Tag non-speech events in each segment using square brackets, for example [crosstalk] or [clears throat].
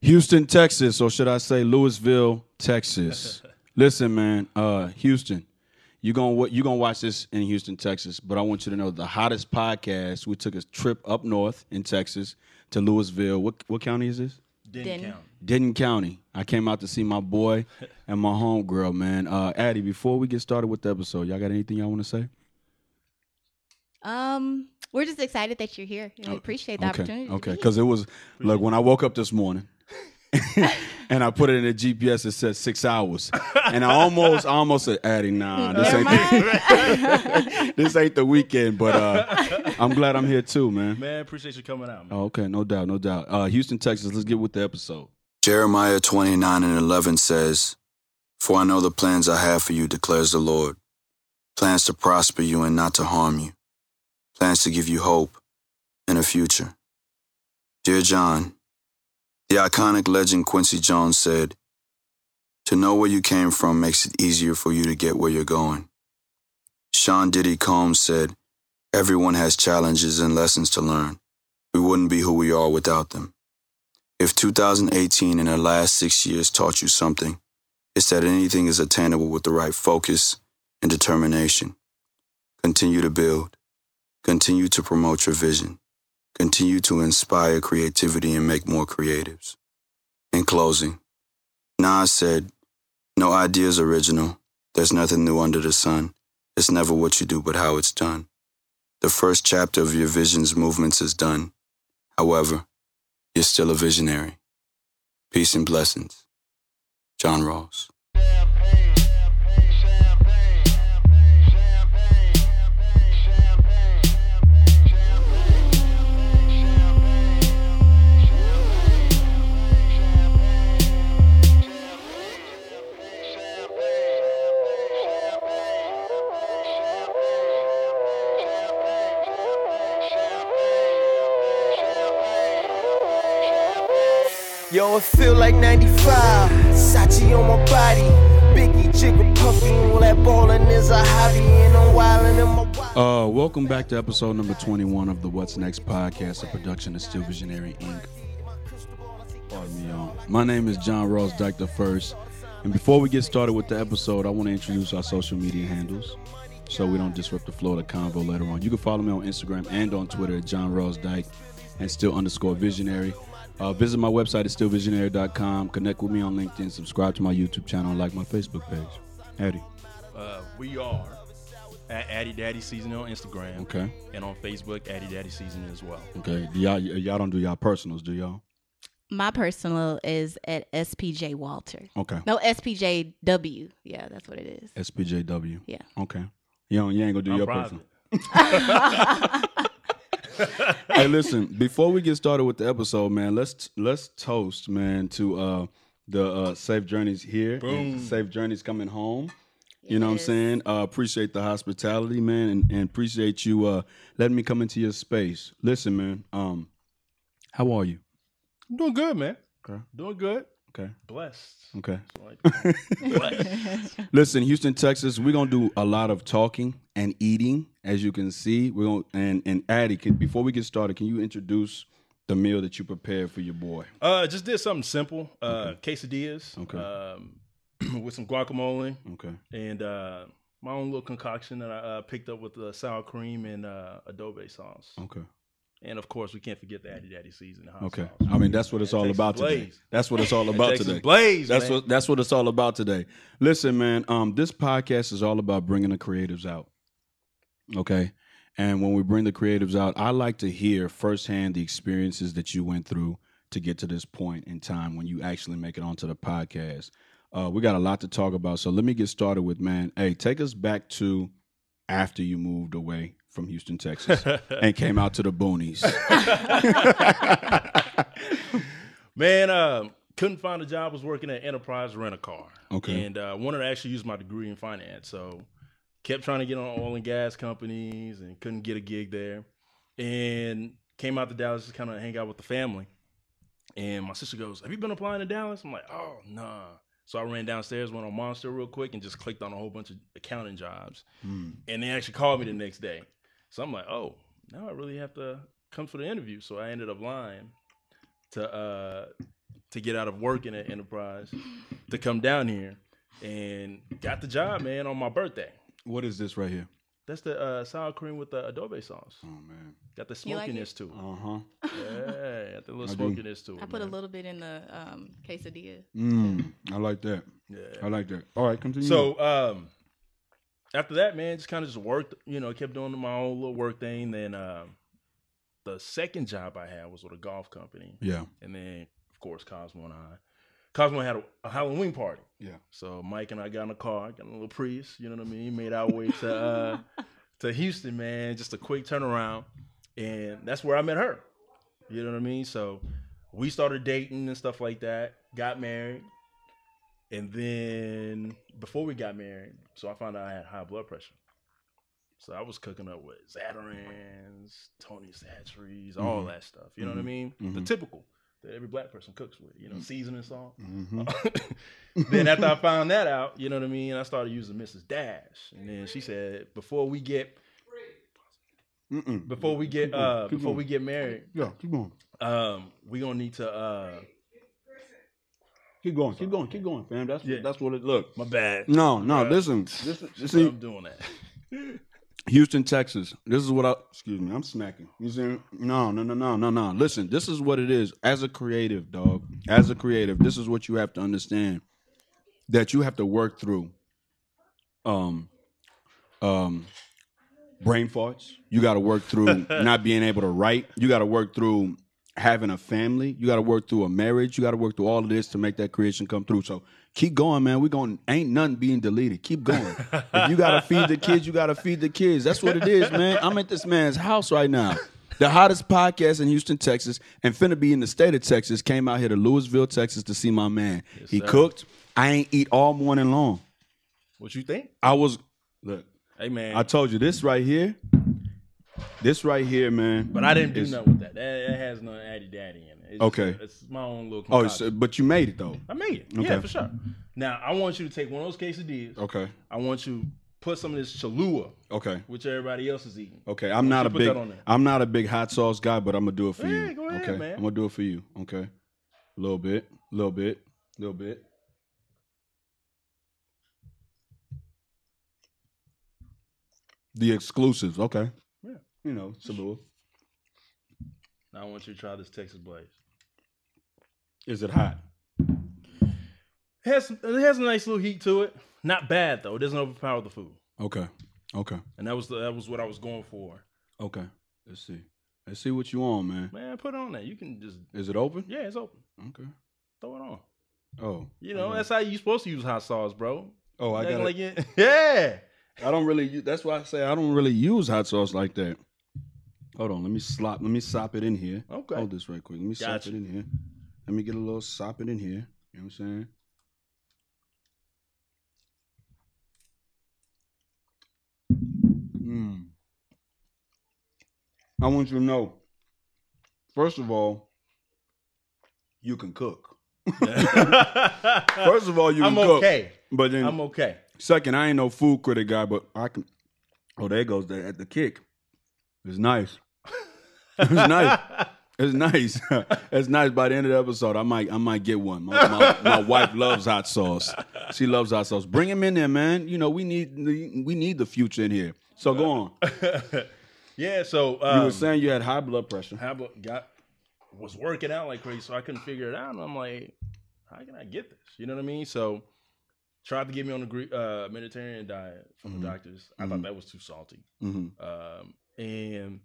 Houston, Texas, or should I say Louisville, Texas? Listen, man, uh, Houston, you gonna wa- you gonna watch this in Houston, Texas, but I want you to know the hottest podcast. We took a trip up north in Texas to Louisville. What what county is this? Didn't Didn't. count. Denton County. I came out to see my boy and my homegirl, man. Uh, Addie, before we get started with the episode, y'all got anything y'all want to say? Um, we're just excited that you're here. and we appreciate the Oh, okay, opportunity. Okay, because because it was like when I woke up this morning, [laughs] and I put it in the GPS. It said six hours, and I almost, I almost said, "Addy, nah, uh, this Never ain't [laughs] the, [laughs] this ain't the weekend." But uh, I'm glad I'm here too, man. Man, appreciate you [laughs] coming out, man. Oh, okay, no doubt, no doubt. Uh, Houston, Texas. Let's get with the episode. Jeremiah 29 and 11 says, For I know the plans I have for you, declares the Lord plans to prosper you and not to harm you, plans to give you hope and a future. Dear John, the iconic legend Quincy Jones said, To know where you came from makes it easier for you to get where you're going. Sean Diddy Combs said, Everyone has challenges and lessons to learn. We wouldn't be who we are without them. If 2018 and the last six years taught you something, it's that anything is attainable with the right focus and determination. Continue to build. Continue to promote your vision. Continue to inspire creativity and make more creatives. In closing, Nas said, No idea is original. There's nothing new under the sun. It's never what you do, but how it's done. The first chapter of your vision's movements is done. However, you're still a visionary. Peace and blessings. John Rawls. Yo, it feel like 95. Sachi on my body. Biggie, Jigga, Puffy. All that ballin' is a hobby. And I'm wildin' in my wild. Uh, welcome back to episode number 21 of the What's Next podcast, a production of Steel Visionary Inc. Pardon me, y'all. My name is John Ross, Dr. First. And before we get started with the episode, I want to introduce our social media handles so we don't disrupt the flow of the convo later on. You can follow me on Instagram and on Twitter at John Ross Dyke and still underscore visionary. Uh, visit my website at stillvisionary.com. Connect with me on LinkedIn. Subscribe to my YouTube channel and like my Facebook page. Eddie. Oh. Uh, we are at Addy Daddy Season on Instagram. Okay. And on Facebook, Addy Daddy Season as well. Okay. Y'all, y'all don't do y'all personals, do y'all? [laughs] my personal is at SPJ Walter. Okay. No, SPJW. Yeah, that's what it is. [laughs] SPJW. Yeah. Okay. You don't, you ain't gonna do I'm your proud personal. of it. hey, listen. Before we get started with the episode, man, let's let's toast, man, to uh the uh safe journeys here. and Boom. Safe journeys coming home. You know what I'm Yes. saying? Uh, appreciate the hospitality, man, and, and appreciate you uh letting me come into your space. Listen, man. Um, how are you? I'm doing good, man. Okay. Doing good. Okay. Blessed. Okay. Like, blessed. [laughs] Listen, Houston, Texas, we're gonna do a lot of talking and eating, as you can see. We're gonna and and Addie, can, before we get started, can you introduce the meal that you prepared for your boy? Uh, just did something simple. Uh, quesadillas. Okay. Um, [clears throat] with some guacamole Okay. and uh, my own little concoction that I uh, picked up with uh, sour cream and uh, adobe sauce. Okay. And of course, we can't forget the Addy Daddy season. hot Okay. sauce. I mean, that's what it's That all Texas about today. blaze. That's what it's all That about Texas today. Blaze. That's man. [laughs] what that's what it's all about today. Listen, man, um, this podcast is all about bringing the creatives out. Okay, and when we bring the creatives out, I like to hear firsthand the experiences that you went through to get to this point in time when you actually make it onto the podcast. Uh, we got a lot to talk about, so let me get started with man. Hey, take us back to after you moved away from Houston, [laughs] Texas, and came out to the boonies. [laughs] Man, um, couldn't find a job. Was working at Enterprise Rent a Car. Okay. And uh, wanted to actually use my degree in finance, so kept trying to get on oil and gas companies and couldn't get a gig there. And came out to Dallas to kind of hang out with the family. And my sister goes, "Have you been applying to Dallas?" I'm like, "Oh, nah." So I ran downstairs, went on Monster real quick, and just clicked on a whole bunch of accounting jobs. Hmm. And they actually called me the next day. So I'm like, oh, now I really have to come for the interview. So I ended up lying to uh, to get out of working at Enterprise to come down here and got the job, man, on my birthday. What is this right here? That's the uh, sour cream with the adobe sauce. Oh man. Got the You like Oh. smokiness to it. Uh huh. Yeah, got the little I do. smokiness to it. I put a man. little bit in the um, quesadilla. Mm, I like that. Yeah. I like that. All right, continue. So um, after that, man, just kind of just worked. You know, kept doing my own little work thing. Then um, the second job I had was with a golf company, yeah, and then of course Cosmo and I. Cosmo had a, a Halloween party. Yeah. So Mike and I got in a car, got in a little Prius. You know what I mean? Made our way to uh, to Houston, man. Just a quick turnaround, and that's where I met her. You know what I mean? So we started dating and stuff like that. Got married, and then before we got married, so I found out I had high blood pressure. So I was cooking up with Zatarans, Tony Satcheries, all Mhm. that stuff. You know what I Mhm. mean? The Mhm. typical that every black person cooks with. Mm. You know, [laughs] seasoning salt. hmm then after I found that out, you know what I mean, I started using Mrs. Dash, and then she said, "Before we get, [laughs] Mm-mm. before we get, Keep going, uh, keep before going. we get married, Mm-hmm. yeah, keep going, um, we gonna need to, uh, keep going, keep going, keep going, fam. That's Yeah. that's what it look. my bad, No, no. Bruh. Listen, listen. So See, I'm doing that. Houston, Texas. This is what I. Excuse me, I'm smacking. You see? No, no, no, no, no, no. Listen, this is what it is. As a creative, dog. As a creative, this is what you have to understand. That you have to work through. Um, um, brain farts. You got to work through not being able to write. You got to work through having a family. You got to work through a marriage. You got to work through all of this to make that creation come through. So keep going, man. We going ain't nothing being deleted. Keep going. if you got to feed the kids, you got to feed the kids. That's what it is, man. I'm at this man's house right now. The hottest podcast in Houston, Texas, and finna be in the state of Texas. Came out here to Louisville, Texas, to see my man. he sir. cooked. I ain't eat all morning long. What you think? I was look. Hey man, I told you this right here. This right here, man. but I didn't do is- nothing with that. That, that has no addy daddy in it. It's just- Okay. it's my own little. Oh, concoction. so, but you made it though. I made it. Okay. Yeah, for sure. Now I want you to take one of those quesadillas. Okay. I want you to put some of this Cholula, Okay. which everybody else is eating. Okay. I'm not you a put big. that on there? I'm not a big hot sauce guy, but I'm gonna do it for Yeah, you. go ahead, okay. man. I'm gonna do it for you. Okay. A little bit. A little bit. A little bit. The exclusives. Okay. Yeah. You know, it's a little. Now I want you to try this Texas Blaze. Is it hot? has it has a nice little heat to it. Not bad though. It doesn't overpower the food, Okay. Okay. and that was the, that was what I was going for. Okay. Let's see. Let's see what you on, man. Man, put it on that. You can just Is it open? yeah, it's open. Okay. Throw it on. Oh, You know okay. that's how you supposed to use hot sauce, bro. oh, I Acting got. like Like, [laughs] you- yeah. I don't really. u- That's why I say I don't really use hot sauce like that. Hold on, let me slop. Let me sop it in here. Okay. [laughs] Hold this right quick. Let me sop Gotcha. it in here. Let me get a little sop it in here. You know what I'm saying? Mm. I want you to know. First of all, you can cook. First of all, you Uh, I'm can cook. okay. But then I'm okay. [laughs] Second, I ain't no food critic guy, but I can. Oh, there goes the, at the kick. It's nice. [laughs] It's nice. It's nice. [laughs] it's nice. By the end of the episode, I might I might get one. My, my, my wife loves hot sauce. She loves hot sauce. Bring him in there, man. You know we need we need the future in here. So go on. yeah. So You um, were saying you had high blood pressure. how about got was working out like crazy, so I couldn't figure it out. And I'm like, how can I get this? You know what I mean? So tried to get me on the Greek, uh, Mediterranean diet from Mhm. the doctors. I Mhm. thought that was too salty, Mm-hmm. um, and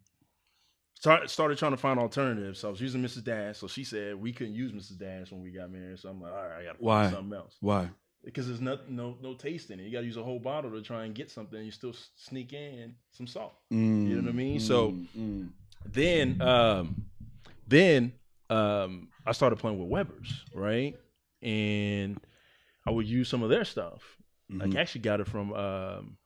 start, started trying to find alternatives. So I was using Mrs. Dash. So she said we couldn't use Mrs. Dash when we got married. So I'm like, all right, I got to Why? find something else Why? because there's not, no no taste in it. You got to use a whole bottle to try and get something. You still s- sneak in some salt. You know what I mean? So- mm. then um then um I started playing with Weber's, right? And I would use some of their stuff. Mhm. Like actually got it from um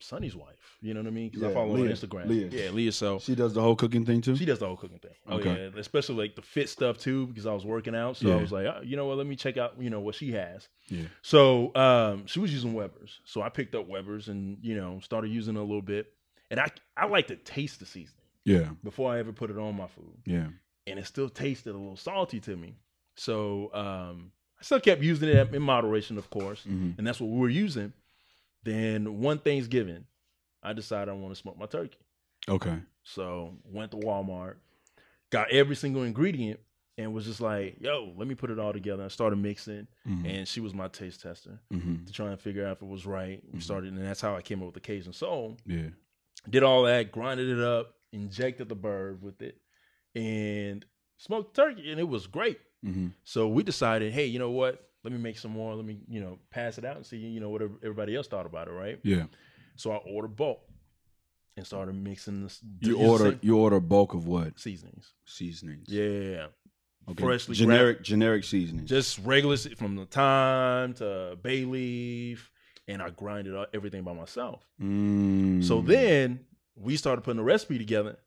Sonny's wife. You know what I mean? Because I Yeah, follow her on Leah. Instagram. Leah. Yeah, Leah. So she does the whole cooking thing too. she does the whole cooking thing. Oh Okay. yeah, especially like the fit stuff too, because I was working out. So Yeah. I was like, oh, you know what? Let me check out, you know, what she has. Yeah. So um, she was using Weber's. So I picked up Weber's and you know started using it a little bit. And I I like to taste the seasoning Yeah. before I ever put it on my food Yeah. and it still tasted a little salty to me. So um, I still kept using it in moderation, of course, Mhm. and that's what we were using. Then one Thanksgiving, I decided I want to smoke my turkey. Okay. So went to Walmart, got every single ingredient, and was just like, "Yo, let me put it all together." I started mixing, Mhm. and she was my taste tester Mhm. to try and figure out if it was right. We Mhm. started, and that's how I came up with the Cajun Soul. Yeah. Did all that, grinded it up, injected the bird with it, and smoked turkey, and it was great. Mhm. So we decided, hey, you know what? Let me make some more. Let me, you know, pass it out and see, you know, what ev- everybody else thought about it, right? Yeah. So I ordered bulk and started mixing this. You order you order bulk of what? seasonings. Seasonings. Yeah, Okay. freshly generic generic seasonings. just regular se- from the thyme to bay leaf, and I grinded up everything by myself. Mm. So then we started putting the recipe together,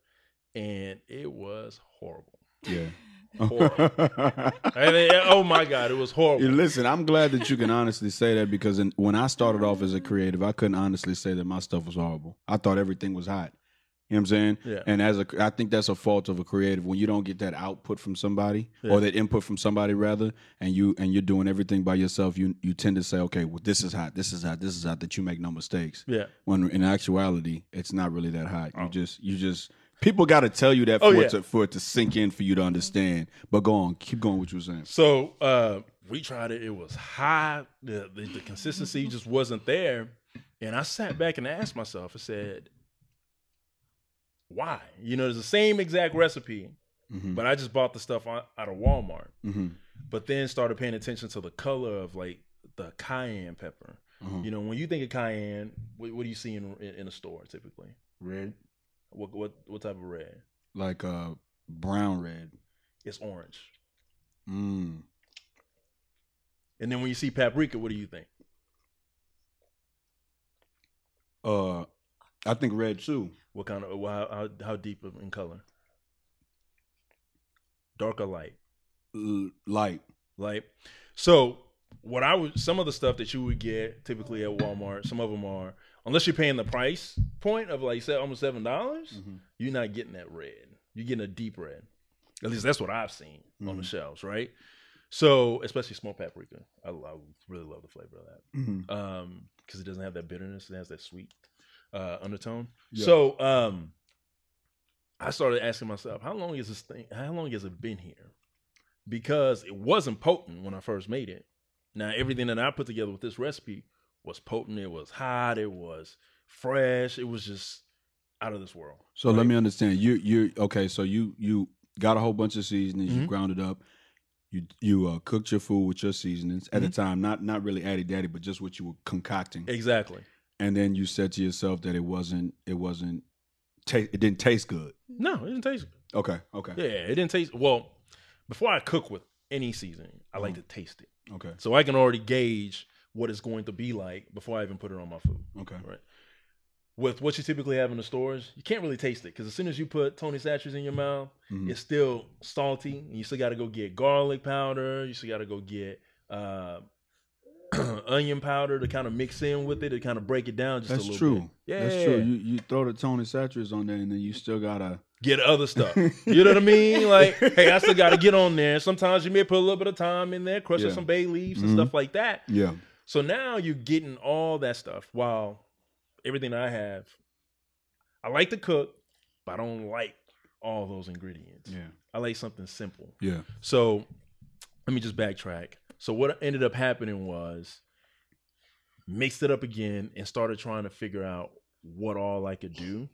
and it was horrible. [laughs] Yeah. [laughs] I mean, oh my god, it was Yeah, horrible. Listen, I'm glad that you can honestly say that because in, when I started off as a creative, I couldn't honestly say that my stuff was horrible. I thought everything was hot. You know what I'm saying? Yeah. And as a, I think that's a fault of a creative when you don't get that output from somebody Yeah. or that input from somebody rather, and you and you're doing everything by yourself. You you tend to say, okay, well, this is hot, this is hot, this is hot. That you make no mistakes. Yeah, When in actuality, it's not really that hot. Oh. You just you just people got to tell you that Oh, for yeah. it to for it to sink in for you to understand. But go on, keep going. What you were saying? So uh, we tried it. It was high. The, the, the consistency just wasn't there. And I sat back and asked myself, I said, why? You know, it's the same exact recipe, Mhm. but I just bought the stuff out out of Walmart. Mhm. But then started paying attention to the color of like the cayenne pepper. Uh-huh. You know, when you think of cayenne, what, what do you see in, in in a store typically? Red What what what type of red? like uh brown red. It's orange. Mm. And then when you see paprika, what do you think? Uh, I think red too. What kind of how how, how deep of- in color? Dark or light? L- light. Light. So what I would some of the stuff that you would get typically at Walmart, some of them are unless you're paying the price point of like say almost seven dollars, you're not getting that red. You're getting a deep red. At least that's what I've seen on the Mhm. shelves, right? So especially smoked paprika, I, lo- I really love the flavor of that Mhm. um because it doesn't have that bitterness it has that sweet uh undertone Yeah. so um i started asking myself how long is this thing how long has it been here because it wasn't potent when i first made it now everything that i put together with this recipe was potent it was hot it was fresh it was just out of this world So let me understand. You you okay? So you you got a whole bunch of seasonings. You Mhm. ground it up. You you uh, cooked your food with your seasonings at the Mm-hmm. time. Not not really addy daddy, but just what you were concocting. exactly And then you said to yourself that it wasn't it wasn't ta- it didn't taste good. no it didn't taste Okay. Okay. yeah it didn't taste well before i cook with any seasoning i Mm-hmm. like to taste it Okay. So I can already gauge what it's going to be like before I even put it on my food. Okay. Right. With what you typically have in the stores, you can't really taste it because as soon as you put Tony Satchers in your mouth, Mhm. it's still salty. And you still got to go get garlic powder. You still got to go get uh, [clears throat] onion powder to kind of mix in with it to kind of break it down just a That's little true. bit. Yeah, That's true. You you throw the Tony Satchers on there, and then you still gotta. get other stuff. You know what I mean? Like, hey, I still got to get on there. Sometimes you may put a little bit of time in there, crushing Yeah. some bay leaves Mhm. and stuff like that. Yeah. So now you're getting all that stuff while everything I have. I like to cook, but I don't like all those ingredients. Yeah. I like something simple. Yeah. So let me just backtrack. So what ended up happening was mixed it up again and started trying to figure out what all I could do.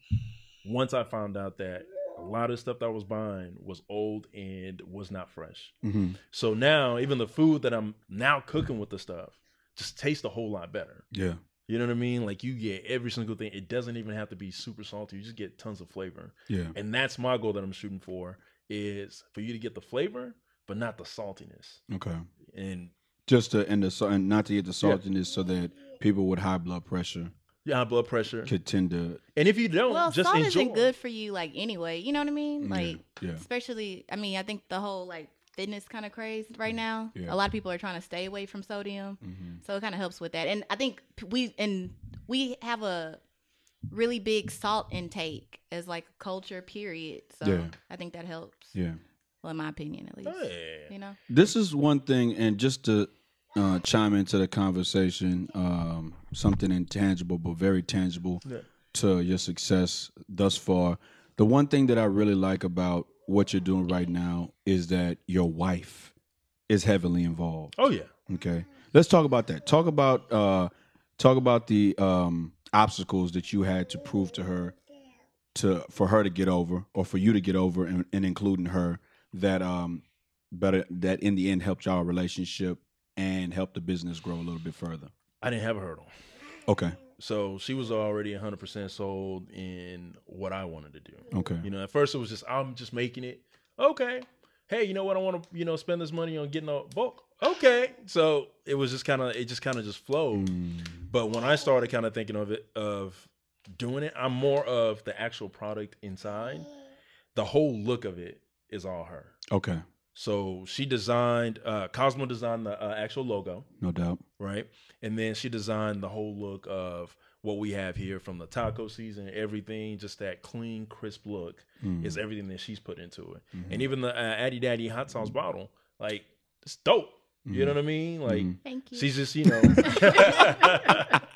Once I found out that a lot of the stuff that I was buying was old and was not fresh. Mm-hmm. So now, even the food that I'm now cooking with the stuff just tastes a whole lot better. Yeah. You know what I mean? Like you get every single thing. It doesn't even have to be super salty. You just get tons of flavor, Yeah. and that's my goal that I'm shooting for is for you to get the flavor, but not the saltiness. Okay. And Just to and the sa- and not to get the saltiness, so that people with high blood pressure yeah, high blood pressure. could tend to And if you don't, Well, Oh, just salt enjoy. isn't good for you, like anyway. You know what I mean? Like, yeah. especially, I mean, I think the whole like fitness kind of craze right now. Mm, Yeah. A lot of people are trying to stay away from sodium, Mm-hmm. so it kind of helps with that. And I think p- we and we have a really big salt intake as like a culture period. So Yeah. I think that helps. Yeah. Well, in my opinion, at least. Yeah. You know, This is one thing, and just to uh, chime into the conversation, um, something intangible but very tangible Yeah. to your success thus far. The one thing that I really like about what you're doing right now is that your wife is heavily involved. Oh yeah. Okay, let's talk about that. Talk about uh, talk about the um, obstacles that you had to prove to her to for her to get over, or for you to get over, and, and including her that um, better that in the end helped y'all relationship and helped the business grow a little bit further. I didn't have a hurdle. Okay, So she was already 100% sold in what I wanted to do. okay, You know, at first it was just, I'm just making it. Okay. Hey, you know what? I want to, you know, spend this money on getting a book. Okay. So it was just kind of, it just kind of just flowed. But when I started kind of thinking of it, of doing it, I'm more of the actual product inside. The whole look of it is all her. okay, So she designed, uh, Cosmo designed the uh, actual logo no doubt. right? And then she designed the whole look of what we have here from the taco season, everything, just that clean, crisp look Mm. is everything that she's put into it. Mhm. And even the uh, Addy Daddy hot sauce bottle, like, it's dope. You know what I mean? Like, Mhm. thank you. she's just, you know. [laughs]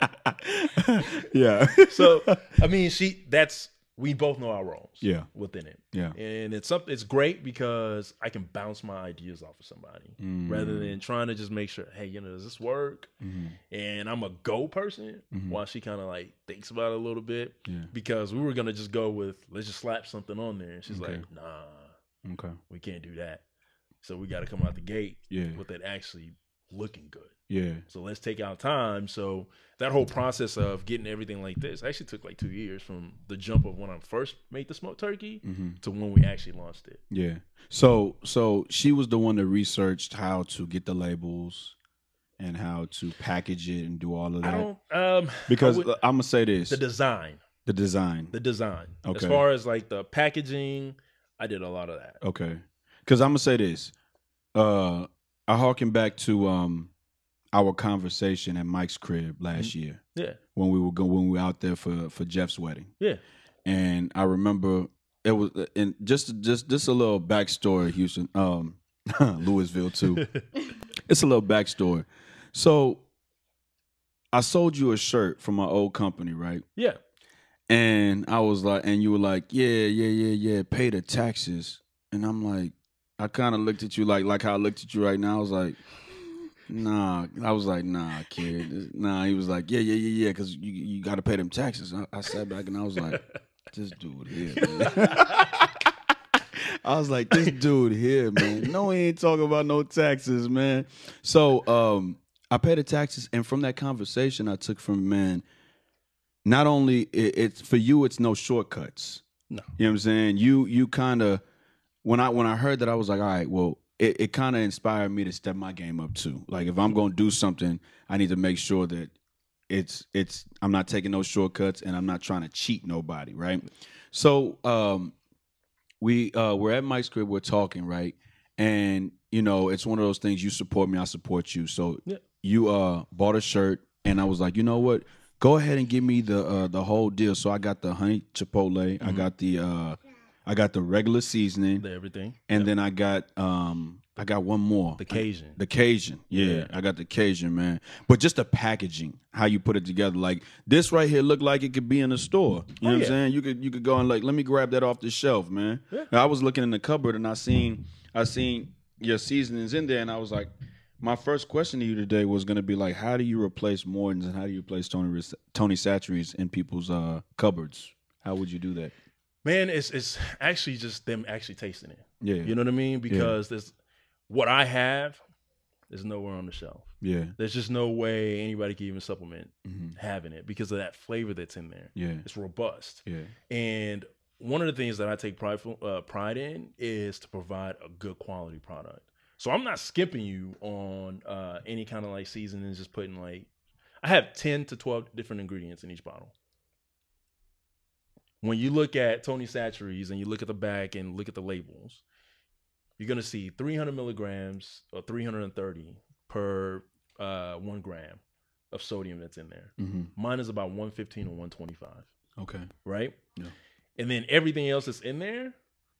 Mm-hmm. [laughs] yeah, so, I mean, she, that's, we both know our roles yeah, within it. yeah. And it's up, it's great because I can bounce my ideas off of somebody Mm. rather than trying to just make sure, hey, you know, does this work? Mhm. and I'm a go person Mhm. while she kind of like thinks about it a little bit yeah, because we were gonna just go with let's just slap something on there and she's Okay. like nah okay, we can't do that so we got to come out the gate yeah, with it actually looking good yeah. so let's take our time so that whole process of getting everything like this actually took like two years from the jump of when I first made the smoked turkey Mm-hmm. to when we actually launched it Yeah. So so she was the one that researched how to get the labels and how to package it and do all of I that. don't um Because uh, I would- I'm gonna say this: the the, design design. the design Okay. as far as like the packaging I did a lot of that okay. Because I'm gonna say this. Uh, I harken back to um our conversation at Mike's crib last year Mm-hmm. yeah when we were go when we were out there for for Jeff's wedding. yeah and I remember it was and just just just a little backstory, Houston, um, [laughs] Louisville too. it's a little backstory. So I sold you a shirt from my old company, right? [laughs] yeah And I was like, and you were like, yeah, yeah, yeah, yeah, pay the taxes. And I'm like, I kind of looked at you like like how I looked at you right now. I was like, nah. I was like, nah, kid, nah. He was like, yeah, yeah, yeah, yeah, because you you got to pay them taxes. I, I sat back and I was like, this dude here. Man. I was like, this dude here, man. No, he ain't talking about no taxes, man. So um, I paid the taxes, and from that conversation, I took from man. Not only it, it's for you, it's no shortcuts. No. you know what I'm saying. You you kind of when I when I heard that, I was like, all right, well, it, it kind of inspired me to step my game up too. Like if I'm gonna do something, I need to make sure that it's it's I'm not taking no shortcuts and I'm not trying to cheat nobody, right? So um we uh we're at Mike's crib, we're talking, right? And you know, it's one of those things you support me, I support you. So Yeah. you uh bought a shirt and I was like, you know what? Go ahead and give me the uh the whole deal. So I got the honey chipotle, I got the uh I got the regular seasoning The everything. and then I got um I got one more. The Cajun. The Cajun. Yeah, Yeah. I got the Cajun, man. But just the packaging, how you put it together. Like this right here looked like it could be in a store. You know what I'm Oh, yeah. saying? You could you could go and like, let me grab that off the shelf, man. I was looking in the cupboard and I seen I seen your seasonings in there and I was like my first question to you today was going to be like, how do you replace Morton's and how do you replace Tony Res- Tony Satchery's in people's uh, cupboards? How would you do that? Man, it's it's actually just them actually tasting it. Yeah, You know what I mean? Because there's what I have is nowhere on the shelf. yeah, There's just no way anybody can even supplement hmm having it because of that flavor that's in there. yeah, It's robust. yeah. And one of the things that I take pride uh, pride in is to provide a good quality product. So I'm not skipping you on uh, any kind of like seasonings, just putting like I have ten to twelve different ingredients in each bottle. When you look at Tony Satchery's and you look at the back and look at the labels, you're gonna see 300 milligrams or 330 per uh, one gram of sodium that's in there. hmm Mine is about 115 or 125 Okay. right? Yeah. And then everything else that's in there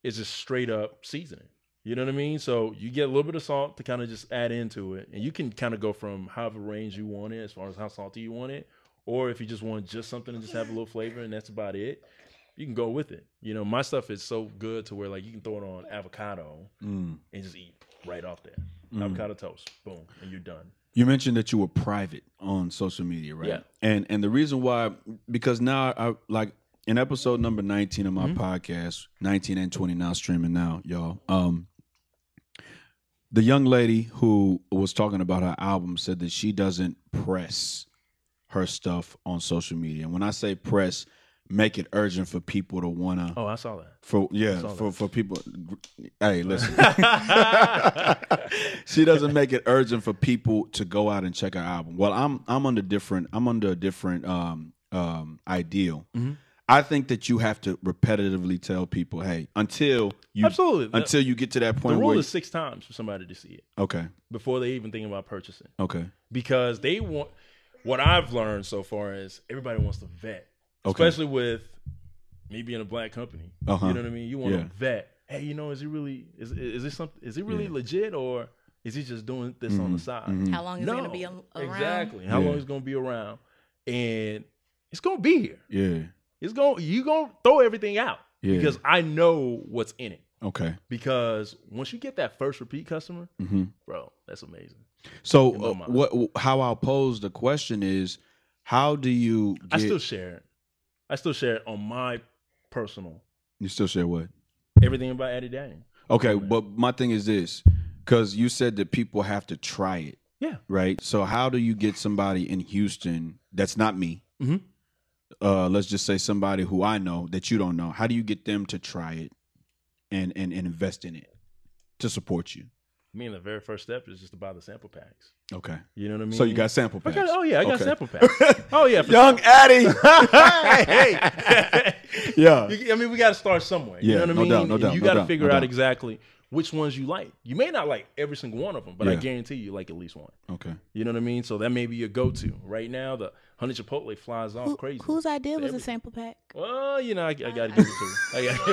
is just straight up seasoning. You know what I mean? So you get a little bit of salt to kind of just add into it, and you can kind of go from however range you want it, as far as how salty you want it, or if you just want just something to just have a little flavor and that's about it, you can go with it. You know, my stuff is so good to where like you can throw it on avocado Mm. and just eat right off there. Mm. Avocado toast, boom, and you're done. You mentioned that you were private on social media, right? Yeah. And and the reason why because now I like in episode number 19 of my podcast, 19 and 20 now streaming now, y'all. Um the young lady who was talking about her album said that she doesn't press her stuff on social media. And when I say press, make it urgent for people to wanna Oh, I saw [laughs] that. for yeah, Saw for, that. for people. Hey, listen. [laughs] [laughs] she doesn't make it urgent for people to go out and check her album. Well, I'm I'm under different. I'm under a different um um ideal. Mhm. I think that you have to repetitively tell people, hey, until you Absolutely. The- until you get to that the point rule where is six times for somebody to see it okay, before they even think about purchasing. okay, because they want what I've learned so far is everybody wants to vet, Okay. especially with me being a black company. Uh-huh. You know what I mean? You want Yeah. to vet. Hey, you know, is he really is is this something? Is he really legit or is he just doing this on the side? How long is it gonna be a- around? Exactly. How Mm-hmm. Yeah. long is it gonna be around? And it's gonna be here. yeah, It's going to you gonna throw everything out Yeah. because I know what's in it. okay. Because once you get that first repeat customer, hmm bro, that's amazing. So In my uh, mind. what? How I'll pose the question is, how do you? Get, I still share it. I still share it on my personal you still share what? everything about Eddie Daniel. Okay, but my thing is this, because you said that people have to try it, Yeah. right? So how do you get somebody in Houston that's not me? Mhm. Uh, let's just say somebody who I know that you don't know. How do you get them to try it and and, and invest in it to support you? I mean, the very first step is just to buy the sample packs. Okay, You know what I mean? so you got sample I packs. got, oh yeah, I got Okay. [laughs] sample packs. Oh yeah, for [laughs] Young Addy. hey, [laughs] yeah. You- I mean, we got to start somewhere. Yeah, you know what no I mean? doubt, no And doubt, you no got to doubt, figure no out doubt. exactly which ones you like. You may not like every single one of them, but I Yeah. guarantee you like at least one. Okay. You know what I mean? So that may be your go-to. Right now, the honey chipotle flies off Who- crazy. Whose idea was Every- a sample pack? Well, you know, I, I gotta give it to. Her. I gotta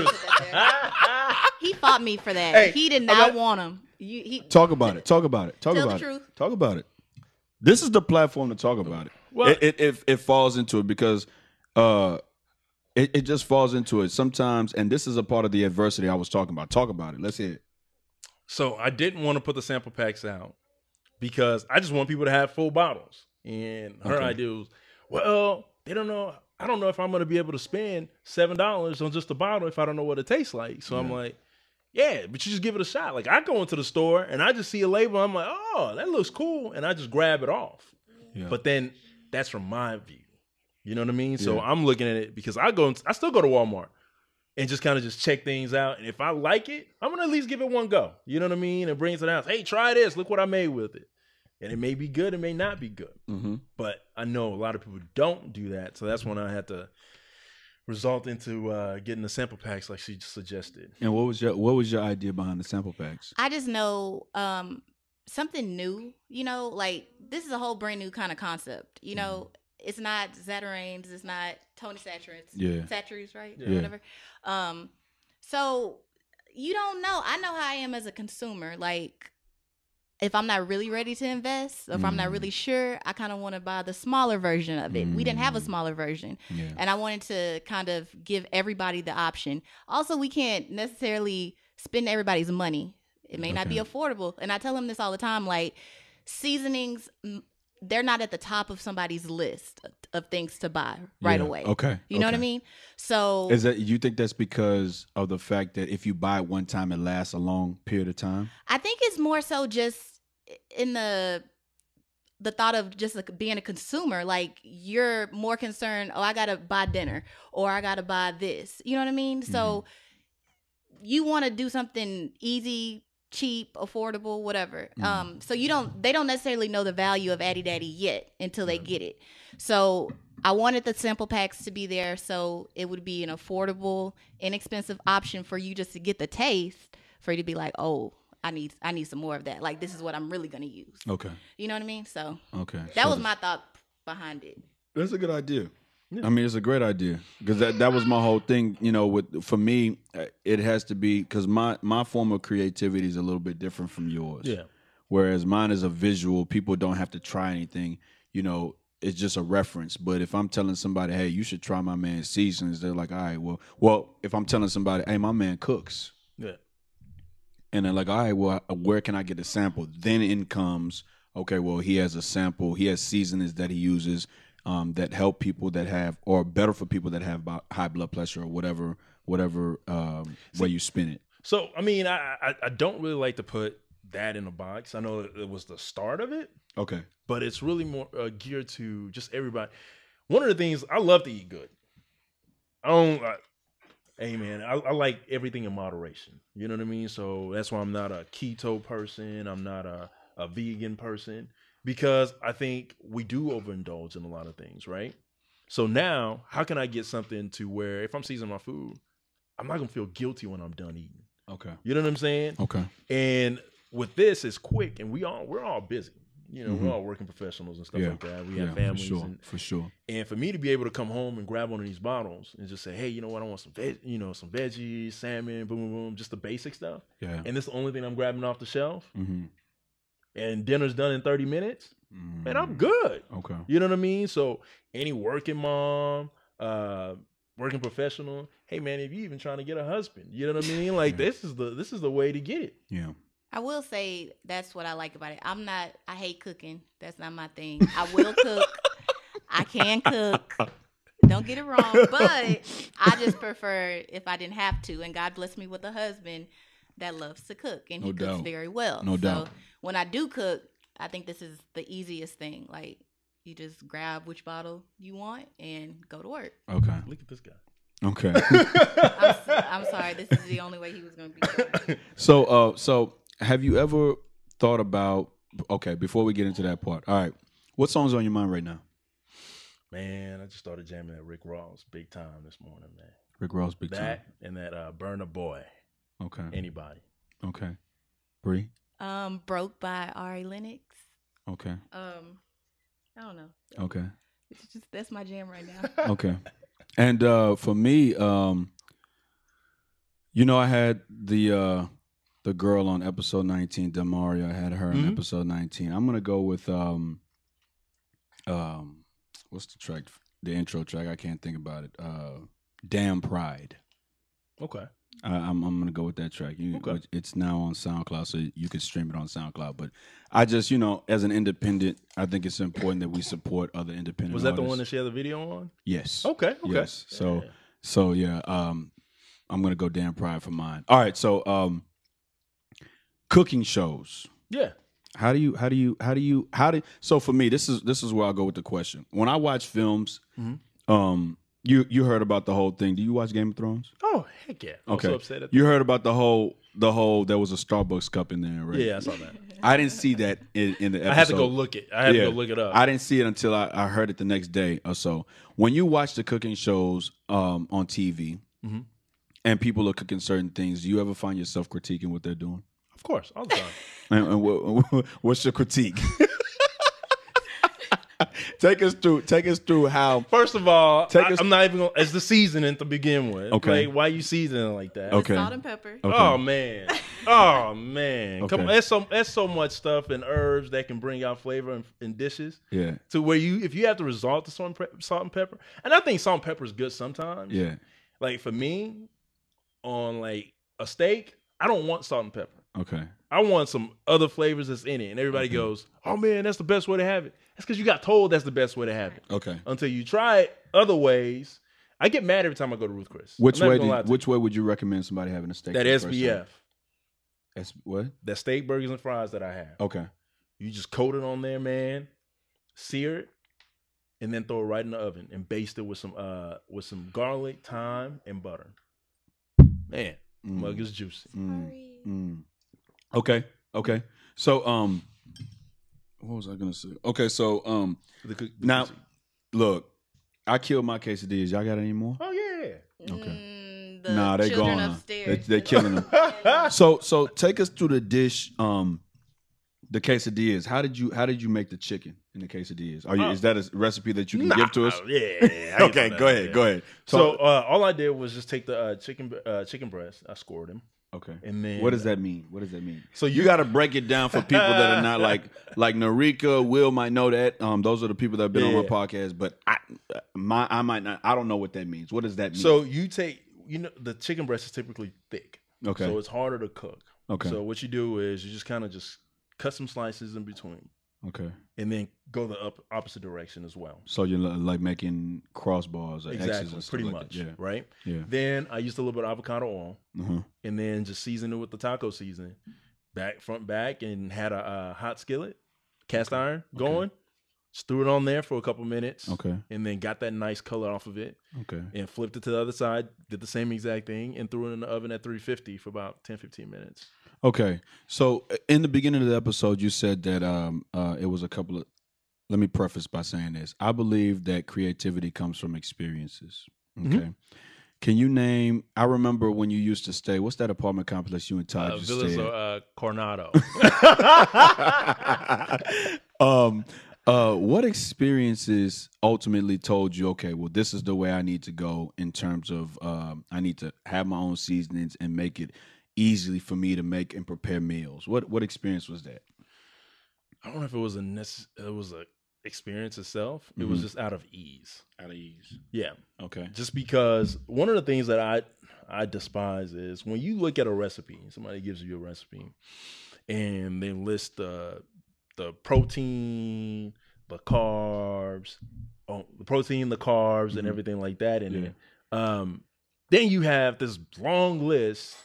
give it. He fought me for that. Hey, he did I not got- want him. You, he, Talk about it. Talk about it. Talk Tell the about it. truth. Talk about it. This is the platform to talk about it. [laughs] Well- it, it if it falls into it because uh it, it just falls into it sometimes and this is a part of the adversity I was talking about. Talk about it. Let's hear it. So I didn't want to put the sample packs out because I just want people to have full bottles. And her Okay. idea was, well, they don't know. I don't know if I'm going to be able to spend seven dollars on just a bottle if I don't know what it tastes like. So I'm like, yeah, but you just give it a shot. Like I go into the store and I just see a label. I'm like, oh, that looks cool, and I just grab it off. Yeah. But then that's from my view. You know what I mean? So Yeah. I'm looking at it because I go, and- I still go to Walmart and just kind of just check things out. And if I like it, I'm gonna at least give it one go. You know what I mean? And bring it to the house. Hey, try this. Look what I made with it. And it may be good. It may not be good. Mm-hmm. But I know a lot of people don't do that. So that's when I had to result into uh, getting the sample packs like she suggested. And what was your what was your idea behind the sample packs? I just know um, something new. You know, like this is a whole brand new kind of concept. You know, it's not Zatarain's, it's not Tony Saturans, Mm-hmm. Yeah. Saturi's, right? Yeah. Or whatever. Um, so you don't know. I know how I am as a consumer. Like, if I'm not really ready to invest, or if I'm not Mm. really sure, I kind of want to buy the smaller version of it. We didn't have a Mm. smaller version. Yeah. And I wanted to kind of give everybody the option. Also, we can't necessarily spend everybody's money. It may not be Okay. affordable. And I tell them this all the time like seasonings mm, they're not at the top of somebody's list of things to buy right Yeah. away. Okay. You know what I Okay. mean? So Is that you think that's because of the fact that if you buy it one time it lasts a long period of time? I think it's more so just in the the thought of just like being a consumer like you're more concerned oh i gotta buy dinner or i gotta buy this you know what i mean Mm-hmm. so you want to do something easy cheap affordable whatever um so you don't they don't necessarily know the value of addy daddy yet until they get it so i wanted the sample packs to be there so it would be an affordable inexpensive option for you just to get the taste for you to be like oh i need i need some more of that like this is what i'm really gonna use Okay. you know what I mean? So Okay. that Oh. So- was my thought behind it. That's a good idea. I mean, it's a great idea because that, that was my whole thing. You know, with for me, uh, it has to be because my my form of creativity is a little bit different from yours. Yeah. Whereas mine is a visual. People don't have to try anything. You know, it's just a reference. But if I'm telling somebody, hey, you should try my man Seasons, they're like, all right, well, well, if I'm telling somebody, hey, my man cooks, Yeah. and they're like, all right, well, where can I get a sample? Then in comes, okay, well, he has a sample, he has seasonings that he uses um, that help people that have, or better for people that have bi- high blood pressure or whatever, whatever um, way you spin it. So I mean, I, I I don't really like to put that in a box. I know it was the start of it, Okay. but it's really more uh, geared to just everybody. One of the things I love to eat good. I don't. I, hey man, I, I like everything in moderation. You know what I mean. So that's why I'm not a keto person. I'm not a a vegan person because I think we do overindulge in a lot of things, right? So now, how can I get something to where if I'm seasoning my food, I'm not gonna feel guilty when I'm done eating. Okay. You know what I'm saying? Okay. And with this, it's quick, and we all we're all busy. You know, Mhm. we're all working professionals and stuff Yeah. like that. We have yeah, for families, sure. and, for sure. and for me to be able to come home and grab one of these bottles and just say, "Hey, you know what? I want some veg, you know, some veggies, salmon, boom, boom, boom, just the basic stuff." Yeah. And this is the only thing I'm grabbing off the shelf, mm-hmm. and dinner's done in 30 minutes, and I'm good. Okay. You know what I mean? So any working mom, uh, working professional, hey man, if you even trying to get a husband, you know what I mean? Like Yeah. this is the this is the way to get it. Yeah. I will say that's what I like about it. I'm not. I hate cooking. That's not my thing. I will [laughs] cook. I can cook. Don't get it wrong, but I just prefer if I didn't have to. And God bless me with a husband that loves to cook, and he No cooks doubt. very well. No so doubt. When I do cook, I think this is the easiest thing. Like you just grab which bottle you want and go to work. Okay. Look at this guy. [laughs] Okay. I'm, s- I'm sorry. This is the only way he was going to be. doing [laughs] it. So, uh, so have you ever thought about? Okay, before we get into that part, all right, what songs on your mind right now? [coughs] Man, I just started jamming at Rick Ross big time this morning, man. Rick Ross, Big that and that uh Burn a Boy. Time. Okay, Anybody. [laughs] okay. Bree, Um, broke by Ari Lennox. okay, Um, I don't know. okay, It's just that's my jam right now. okay. And uh, for me, um, you know, I had the uh, the girl on episode nineteen, Demario. I had her in Mhm. episode nineteen. I'm gonna go with um, um, what's the track? The intro track. I can't think about it. Uh, Damn Pride. Okay. I, I'm I'm gonna go with that track. You, Okay. which- It's now on SoundCloud, so you can stream it on SoundCloud. But I just, you know, as an independent, I think it's important that we support other independent. Was that the artists. one that Oh. she had the video on? Yes. Okay, okay. Yes. So Yeah. so yeah. Um, I'm gonna go damn pride for mine. All right. So um, cooking shows. Yeah. How do you how do you how do you how do so for me this is this is where I go with the question. When I watch films, Mhm. um, you you heard about the whole thing. Do you watch Game of Thrones? Oh, heck yeah. I'm so Okay. upset at You heard about the whole the whole there was a Starbucks cup in there, right? Yeah, I saw that. I didn't see that in, in the episode. I had to go look it. I had Yeah. to go look it up. I didn't see it until I, I heard it the next day or so. When you watch the cooking shows um, on TV Mhm. and people are cooking certain things, do you ever find yourself critiquing what they're doing? of course, all the time. And, and what, [laughs] what's your critique? take us through take us through how First of all, Take I, us- am not even gonna it's the seasoning to begin with. Okay. Like, why you seasoning like [laughs] that? Okay. Salt and pepper. Okay. Oh man. Oh man. Come on. Okay. That's so that's so much stuff and herbs that can bring out flavor in, in dishes. Yeah. to where you if you have to resort to salt and, pre- salt and pepper and i think salt and pepper is good sometimes Yeah. like for me on like a steak i don't want salt and pepper Okay. i want some other flavors that's in it and everybody Okay. goes oh man that's the best way to have it that's because you got told that's the best way to have it Okay. until you try it other ways i get mad every time i go to ruth chris Which I'm not way even do gonna you, lie to which way would you recommend somebody having a steak? you. that for the first time? sbf S- what? that steak burgers and fries that i have Okay. you just coat it on there man sear it and then throw it right in the oven and baste it with some uh with some garlic, thyme, and butter. Man, Mm. mug is juicy. Mm. Sorry. Mm. Okay. Okay. So um what was I gonna say? Okay, so um The cook- the now juicy. look, I killed my quesadillas. Y'all got any more? oh yeah. Mm, the Nah, they children gone. upstairs. [laughs] They- they killing 'em. So so take us through the dish um the quesadillas. How did you how did you make the chicken in the quesadillas? Are you Oh. is that a recipe that you can Nah, give to us? [laughs] Yeah. I Okay, get go that, ahead, yeah. go ahead. So uh, all I did was just take the uh, chicken uh, chicken breast. I scored him, okay, and then what does that mean? What does that mean? [laughs] So You got to break it down for people that are [laughs] not like like Narika. Will might know that. Um, those are the people that have been on Yeah. my podcast, but I my I might not. I don't know what that means. What does that mean? So you take you know the chicken breast is typically thick, okay, so it's harder to cook. okay, So what you do is you just kind of just cut some slices in between, okay. and then go the up, opposite direction as well. So you're li- like making crossbars or X's exactly, and stuff pretty like much, That. right? Yeah, yeah. Then I used a little bit of avocado oil, Uh-huh. and then just seasoned it with the taco seasoning, back front back, and had a uh, hot skillet, cast iron Okay. going. Just threw it on there for a couple minutes, Okay, and then got that nice color off of it, okay. and flipped it to the other side. Did the same exact thing, and threw it in the oven at 350 for about 10, 15 minutes. Okay. So uh, in the beginning of the episode, you said that um, uh, it was a couple of. Let me preface by saying this: I believe that creativity comes from experiences. Okay. Mhm. Can you name? I remember when you used to stay. What's that apartment complex you and Todd Uh, used to Villas stay of at? uh, Coronado. [laughs] um, uh, what experiences ultimately told you, okay, well, this is the way I need to go in terms of um, I need to have my own seasonings and make it easily for me to make and prepare meals? What what experience was that? I don't know if it was a nece- it was a experience itself. It was just out of ease. Out of ease. Yeah, Okay. just because one of the things that I I despise is when you look at a recipe, somebody gives you a recipe, and they list the the protein, the carbs, oh, the protein, the carbs, and Mhm. everything like that, and Yeah. um, then you have this long list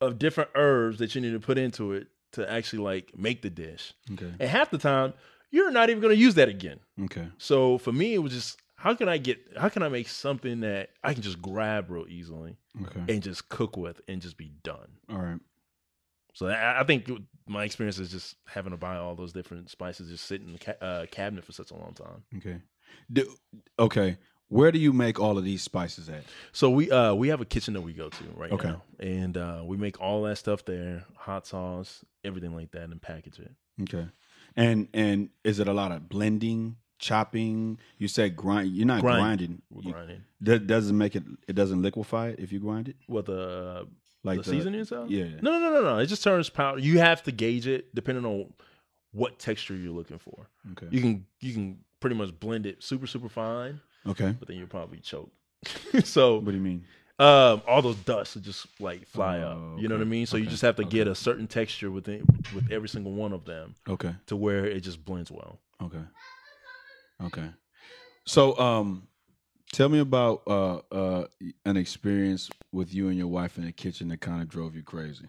of different herbs that you need to put into it to actually like make the dish. Okay. And half the time, you're not even going to use that again. Okay. So for me, it was just how can I get how can I make something that I can just grab real easily Okay. and just cook with and just be done. All right. So I, I think my experience is just having to buy all those different spices, just sit in the ca- uh, cabinet for such a long time. Okay. Do, okay. Where do you make all of these spices at? So we uh we have a kitchen that we go to right Okay. now, and uh, we make all that stuff there, hot sauce, everything like that, and package it. Okay. And and is it a lot of blending, chopping? You said grind. You're not Grind. grinding. We're You- grinding. That doesn't make it. It doesn't liquefy it if you grind it. What the Like uh, the, seasoning itself? yeah. No, no, no, no, no. It just turns powder. You have to gauge it depending on what texture you're looking for. Okay. You can you can pretty much blend it super super fine, okay. but then you'll probably choke. [laughs] so What do you mean? um, all those dusts will just like fly up. Oh, You know what I okay, mean? So you okay, just have to okay. get a certain texture within with every single one of them Okay. to where it just blends well. Okay. Okay. So um tell me about uh uh an experience with you and your wife in the kitchen that kind of drove you crazy.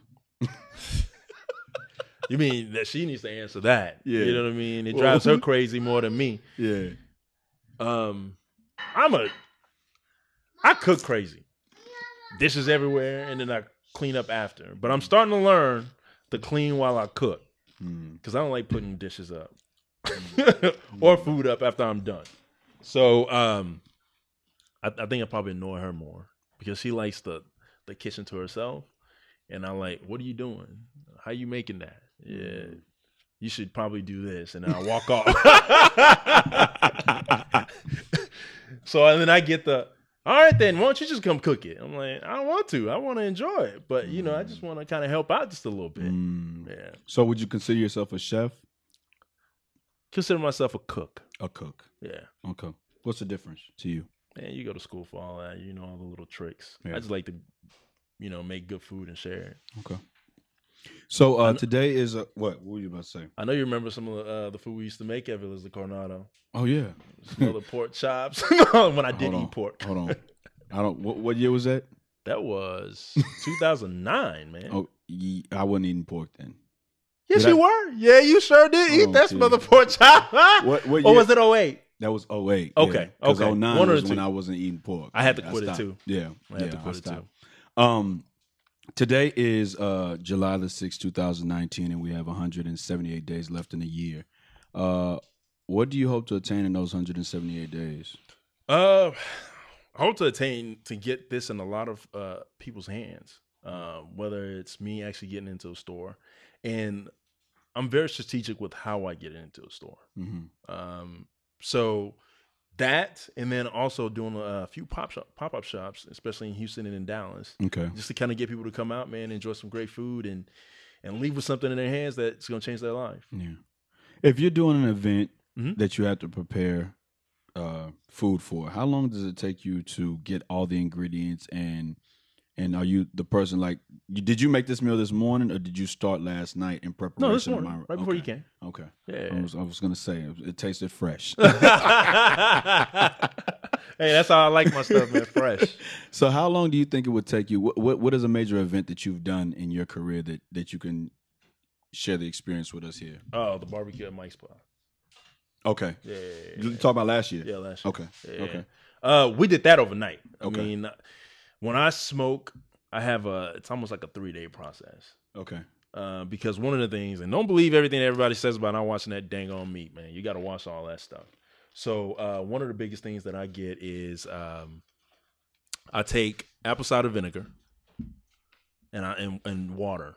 You mean that she needs to answer that? Yeah. You know what I mean? It Well- drives her crazy more than me. Yeah. Um, I'm a, I cook crazy, dishes everywhere, and then I clean up after. But I'm starting to learn to clean while I cook Mm-hmm. because I don't like putting dishes up [laughs] or food up after I'm done. So um, I, I think I probably annoy her more because she likes the the kitchen to herself, and I like, what are you doing? How you making that? Yeah. You should probably do this, and then I walk off. so and then I get the, all right then, why don't you just come cook it? I'm like, I don't want to. I want to enjoy it, but you know, I just want to kind of help out just a little bit. Mm. Yeah. So would you consider yourself a chef? Consider myself a cook. A cook. Yeah. Okay. What's the difference to you? Man, you go to school for all that. You know all the little tricks. Yeah. I just like to, you know, make good food and share it. Okay. So uh I kn- today is a what? What were you about to say? I know you remember some of the, uh, the food we used to make at Villas de Coronado. Oh yeah. Some [laughs] of the pork chops. [laughs] when I did Hold on. eat pork. Hold on. I don't what, what year was that? That was 2009, man. Oh, ye, I wasn't eating pork then. yes, did you were. Yeah, you sure did Oh, eat that dude. smell of pork chop. What what [laughs] or year? Oh, was it 08? That was 08. Okay, yeah. 'Cause okay. 09 One or was the when two. I wasn't eating pork. I had to quit it, stopped. too. Yeah. I had yeah, to put it stopped. too. Um, today is uh, July the 6th, 2019, and we have 178 days left in the year. Uh, what do you hope to attain in those 178 days? Uh, I hope to attain to get this in a lot of uh, people's hands. Uh, whether it's me actually getting into a store, and I'm very strategic with how I get into a store. hmm Um, so that, and then also doing a few pop shop, pop up shops, especially in Houston and in Dallas, Okay. just to kind of get people to come out, man, enjoy some great food and and leave with something in their hands that's going to change their life. Yeah. If you're doing an event Mhm. that you have to prepare uh, food for, how long does it take you to get all the ingredients and and are you the person like you, did you make this meal this morning or did you start last night in preparation? No, this of morning, my- right before you Okay. came. Okay. I Yeah. was I was gonna say it, it tasted fresh. [laughs] hey, that's how I like my stuff, man. Fresh. so how long do you think it would take you? What what, what is a major event that you've done in your career that that you can share the experience with us here? Oh, the barbecue at Mike's Spot. Okay. Yeah, yeah, yeah, You yeah. talk about last year. Yeah, last year. Okay. Yeah. Okay. Uh, we did that overnight. Okay. I mean, uh, when I smoke, I have a. It's almost like a three day process. Okay. Uh, because one of the things, and don't believe everything everybody says about not watching that dang on meat, man. You got to watch all that stuff. So uh, one of the biggest things that I get is um, I take apple cider vinegar and I and, and water,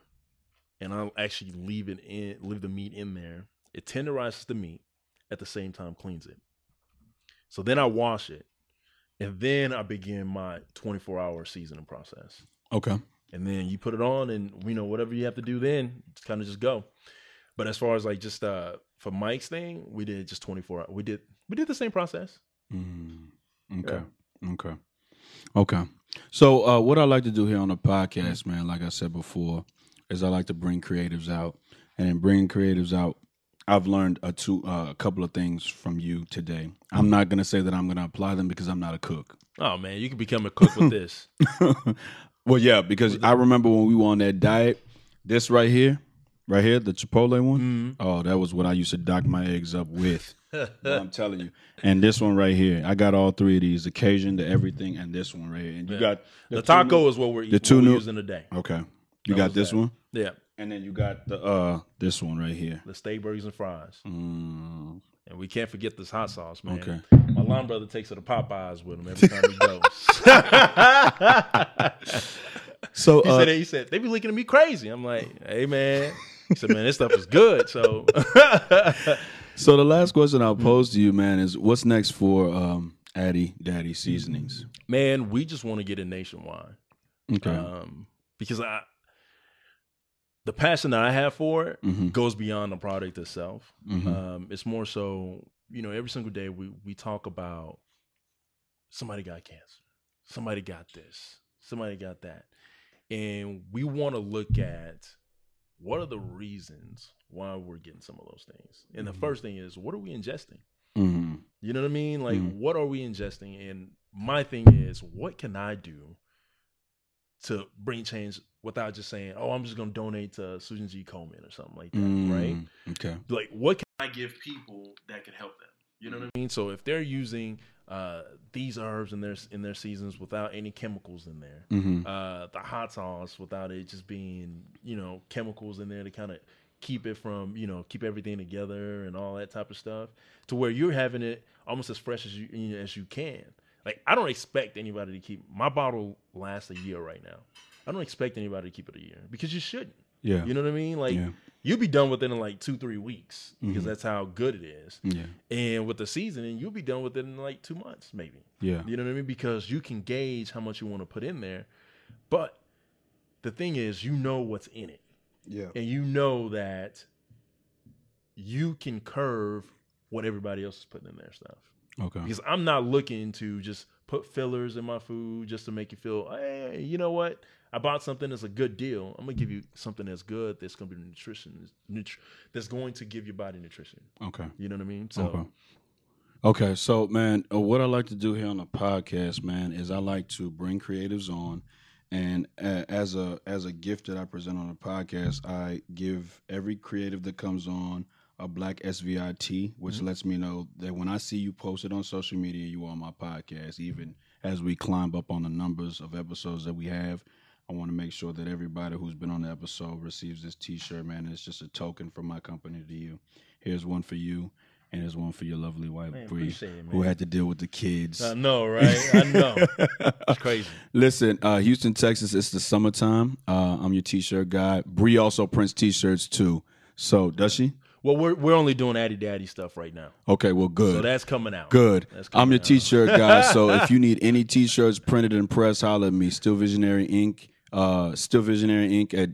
and I'll actually leave it in, leave the meat in there. It tenderizes the meat, at the same time cleans it. So then I wash it, and then I begin my 24 hour seasoning process Okay. and then you put it on and you know whatever you have to do then kind of just go but as far as like just uh for mike's thing we did just 24 hours we did we did the same process Mm, okay. Okay. Okay. So uh, what I like to do here on the podcast, man, like I said before, is I like to bring creatives out, and in bringing creatives out, I've learned a two uh, a couple of things from you today. I'm not gonna say that I'm gonna apply them because I'm not a cook. oh man you can become a cook with [laughs] this well, yeah, because I remember when we were on that diet, this right here, right here, the Chipotle one. Mm-hmm. Oh, that was what I used to dock my eggs up [laughs] with. Bro, I'm telling you. And this one right here, I got all three of these: occasion, the everything, and this one right here. And you got the, the, taco is what we're eating the two two new- using today Okay, you got was this that. one, yeah and then you got the uh this one right here. the steak burgers and fries Mm, and we can't forget this hot sauce man Okay. my lawn brother takes it to popeyes with him every time he [laughs] goes [laughs] So, he, uh, said, he said they be looking at me crazy i'm like hey man he said man this stuff is [laughs] good so [laughs] so the last question I'll pose to you, man, is what's next for um Addy Daddy seasonings? man we just want to get it nationwide Okay. um, because I the passion that I have for it hmm goes beyond the product itself. Mhm. Um, it's more so you know every single day we we talk about somebody got cancer, somebody got this, somebody got that, and we want to look at what are the reasons why we're getting some of those things. And the Mhm. first thing is what are we ingesting. hmm You know what I mean? Like, Mhm. what are we ingesting? And my thing is, what can I do to bring change without just saying, oh, I'm just going to donate to Susan G. Komen or something like that, right? Mm, Okay. Like, what can I give people that can help them? You know what I mean? So if they're using uh, these herbs in their in their seasons without any chemicals in there, hmm uh, the hot sauce without it just being you know chemicals in there to kind of keep it from you know keep everything together and all that type of stuff to where you're having it almost as fresh as you, you know, as you can like i don't expect anybody to keep my bottle lasts a year right now i don't expect anybody to keep it a year because you shouldn't Yeah. you know what i mean like Yeah. you'll be done within like two three weeks because Mhm. that's how good it is Yeah. and with the seasoning you'll be done within like two months maybe Yeah. you know what I mean? Because you can gauge how much you want to put in there. But the thing is, you know what's in it. Yeah. And you know that you can curve what everybody else is putting in their stuff. Okay. Because I'm not looking to just put fillers in my food just to make you feel, hey, you know what? I bought something that's a good deal. I'm gonna give you something that's good. That's gonna be nutrition. Nutri- that's going to give your body nutrition. Okay. You know what I mean? So okay. Okay, so man, uh, what I like to do here on the podcast, man, is I like to bring creatives on, and uh, as a as a gift that I present on the podcast, I give every creative that comes on a black SVIT, which Mm-hmm. lets me know that when I see you posted on social media, you are on my podcast. Even as we climb up on the numbers of episodes that we have, I want to make sure that everybody who's been on the episode receives this T-shirt, man. It's just a token from my company to you. Here's one for you, and here's one for your lovely wife, man, Bree appreciate it, man. who had to deal with the kids. I know, right? I know. [laughs] it's crazy. Listen, uh, Houston, Texas, it's the summertime. Uh, I'm your t-shirt guy. Bree also prints t-shirts too. So does she? Well, we're we're only doing Addy Daddy stuff right now, Okay, well, good. so that's coming out. Good. That's coming I'm your out. t-shirt guy. So [laughs] if you need any t-shirts printed and pressed, holler at me. Still Visionary Inc. Uh, still Visionary Inc. at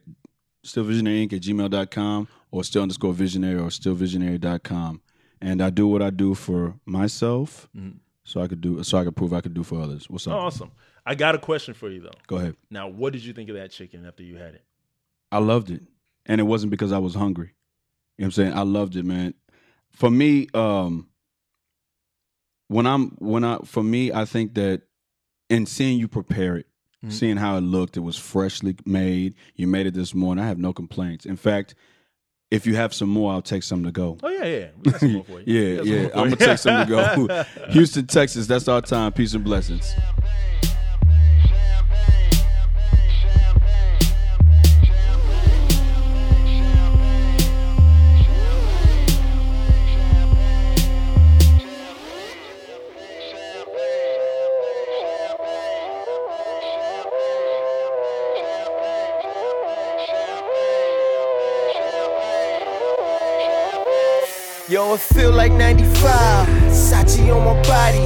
still Visionary Inc. at gmail.com or still underscore visionary or still visionary.com. And I do what I do for myself, Mhm. so I could do so I could prove I could do for others. What's up? Awesome. I got a question for you though. Go ahead. Now, what did you think of that chicken after you had it? I loved it. And it wasn't because I was hungry. You know what I'm saying? I loved it, man. For me, um when I'm when I for me, I think that and seeing you prepare it, Mhm. seeing how it looked, it was freshly made. You made it this morning. I have no complaints. In fact, if you have some more, I'll take some to go. Oh yeah, yeah. [laughs] We got some more for you. Yeah, We got some yeah. more for I'm you. gonna take some [laughs] to go. Houston, Texas. That's our time. Peace and blessings. Yo, it feel like 95. Sachi on my body.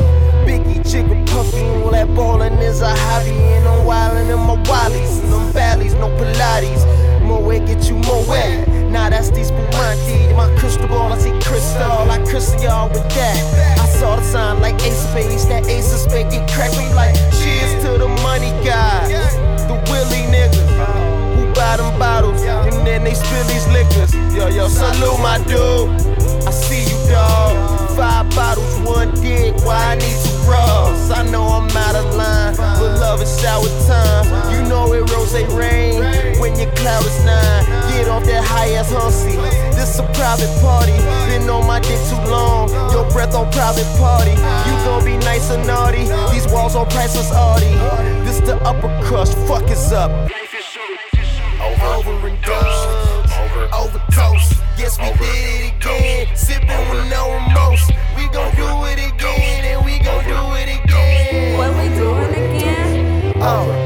Biggie, Jigga, Puffy. All that ballin' is a hobby. And I'm wildin' in my wallies. And them valleys, no Pilates. More way, get you more wet. Now that's these Spumante. My crystal ball, I see crystal. I crystal y'all with that. I saw the sign like Ace of Spades. That Ace of Spades get cracked. We like, cheers to the money guy. The Willie nigga who buy them bottles and then they spill these liquors. Yo, yo, salute my dude. I see you, dog. Five bottles, one dick. Why I need two bras? I know I'm out of line, but love is shower time. You know it rose rain when your cloud is nine. Get off that high ass hussy. This a private party. Been on my dick too long. Your breath on private party. You gon' be nice and naughty. These walls on priceless arty. This the upper crust. Fuck is up over and done. Over. Overdose. Yes, we did it again. Sipping with no remorse. We gon' do it again, and we gon' do it again. What we doing again? Oh.